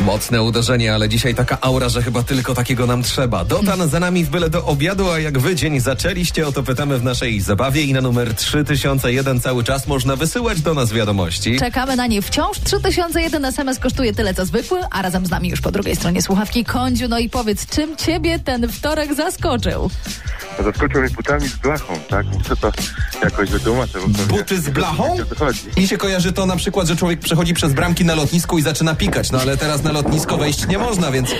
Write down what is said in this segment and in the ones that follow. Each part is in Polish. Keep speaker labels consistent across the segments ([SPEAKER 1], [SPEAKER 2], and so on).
[SPEAKER 1] Mocne uderzenie, ale dzisiaj taka aura, że chyba tylko takiego nam trzeba. Dotan za nami w byle do obiadu, a jak wy dzień zaczęliście, o to pytamy w naszej zabawie i na numer 3001 cały czas można wysyłać do nas wiadomości.
[SPEAKER 2] Czekamy na nie wciąż. 3001 SMS kosztuje tyle co zwykły, a razem z nami już po drugiej stronie słuchawki Kądziu. No i powiedz, czym ciebie ten wtorek zaskoczył?
[SPEAKER 3] Zaskoczył mnie butami z blachą, tak? Muszę to jakoś wytłumaczyć. bo pewnie
[SPEAKER 4] Buty z
[SPEAKER 3] nie
[SPEAKER 4] blachą?
[SPEAKER 3] wiem, o co chodzi.
[SPEAKER 4] I się kojarzy to na przykład, że człowiek przechodzi przez bramki na lotnisku i zaczyna pikać. No ale teraz na lotnisko wejść nie można, więc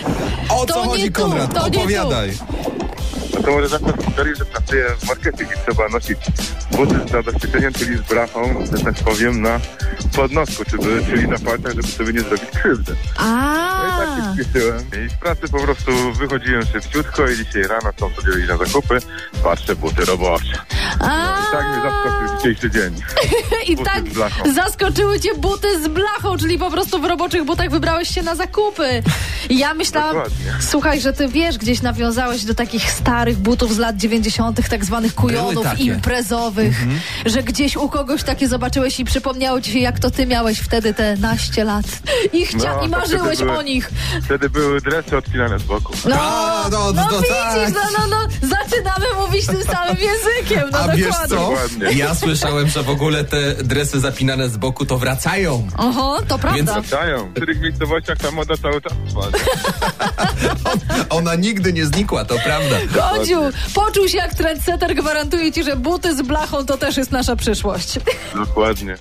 [SPEAKER 4] o
[SPEAKER 2] To
[SPEAKER 4] co
[SPEAKER 2] nie
[SPEAKER 4] chodzi,
[SPEAKER 2] tu,
[SPEAKER 4] Konrad?
[SPEAKER 2] to nie tu.
[SPEAKER 4] Opowiadaj.
[SPEAKER 3] No to może zacznę od historii, że pracuję w marketingu i trzeba nosić buty z zabezpieczeniem, czyli z blachą, że tak powiem, na podnosku, czyli, czyli na palcach, żeby sobie nie zrobić krzywdy. No i tak
[SPEAKER 2] A,
[SPEAKER 3] się spieszyłem. I z pracy po prostu wychodziłem szybciutko i dzisiaj rano są sobie na zakupy, patrzę, buty robocze.
[SPEAKER 2] a.
[SPEAKER 3] I tak mnie zaskoczył dzisiejszy dzień.
[SPEAKER 2] I
[SPEAKER 3] Buty
[SPEAKER 2] tak
[SPEAKER 3] z blachą.
[SPEAKER 2] zaskoczyły cię buty z blachą, czyli po prostu w roboczych butach wybrałeś się na zakupy. I Ja myślałam,
[SPEAKER 3] Dokładnie.
[SPEAKER 2] słuchaj, że ty wiesz, gdzieś nawiązałeś do takich starych butów z lat 90., tak zwanych kujonów
[SPEAKER 4] takie. Mhm.
[SPEAKER 2] imprezowych, że gdzieś u kogoś takie zobaczyłeś i przypomniało ci się, jak to ty miałeś wtedy te naście lat. I, chcia-
[SPEAKER 3] No,
[SPEAKER 2] i
[SPEAKER 3] to
[SPEAKER 2] marzyłeś
[SPEAKER 3] wtedy
[SPEAKER 2] o
[SPEAKER 3] były-
[SPEAKER 2] nich.
[SPEAKER 3] Wtedy były dresy odcinane z boku.
[SPEAKER 2] No,
[SPEAKER 4] A, no,
[SPEAKER 2] no
[SPEAKER 4] no
[SPEAKER 2] widzisz,
[SPEAKER 4] tak.
[SPEAKER 2] no, no, no, zaczynamy mówić tym samym językiem. No
[SPEAKER 4] A
[SPEAKER 2] dokładnie.
[SPEAKER 4] wiesz co?
[SPEAKER 3] Dokładnie.
[SPEAKER 4] Ja słyszałem, że w ogóle te dresy zapinane z boku to wracają.
[SPEAKER 2] Oho, to prawda.
[SPEAKER 3] Wracają. W których miejscowościach ta moda cały czas trwa. nie?
[SPEAKER 4] Ona nigdy nie znikła, to prawda.
[SPEAKER 2] Kodziu, poczuł się jak trendsetter, gwarantuję ci, że buty z blachą to też jest nasza przyszłość.
[SPEAKER 3] Dokładnie.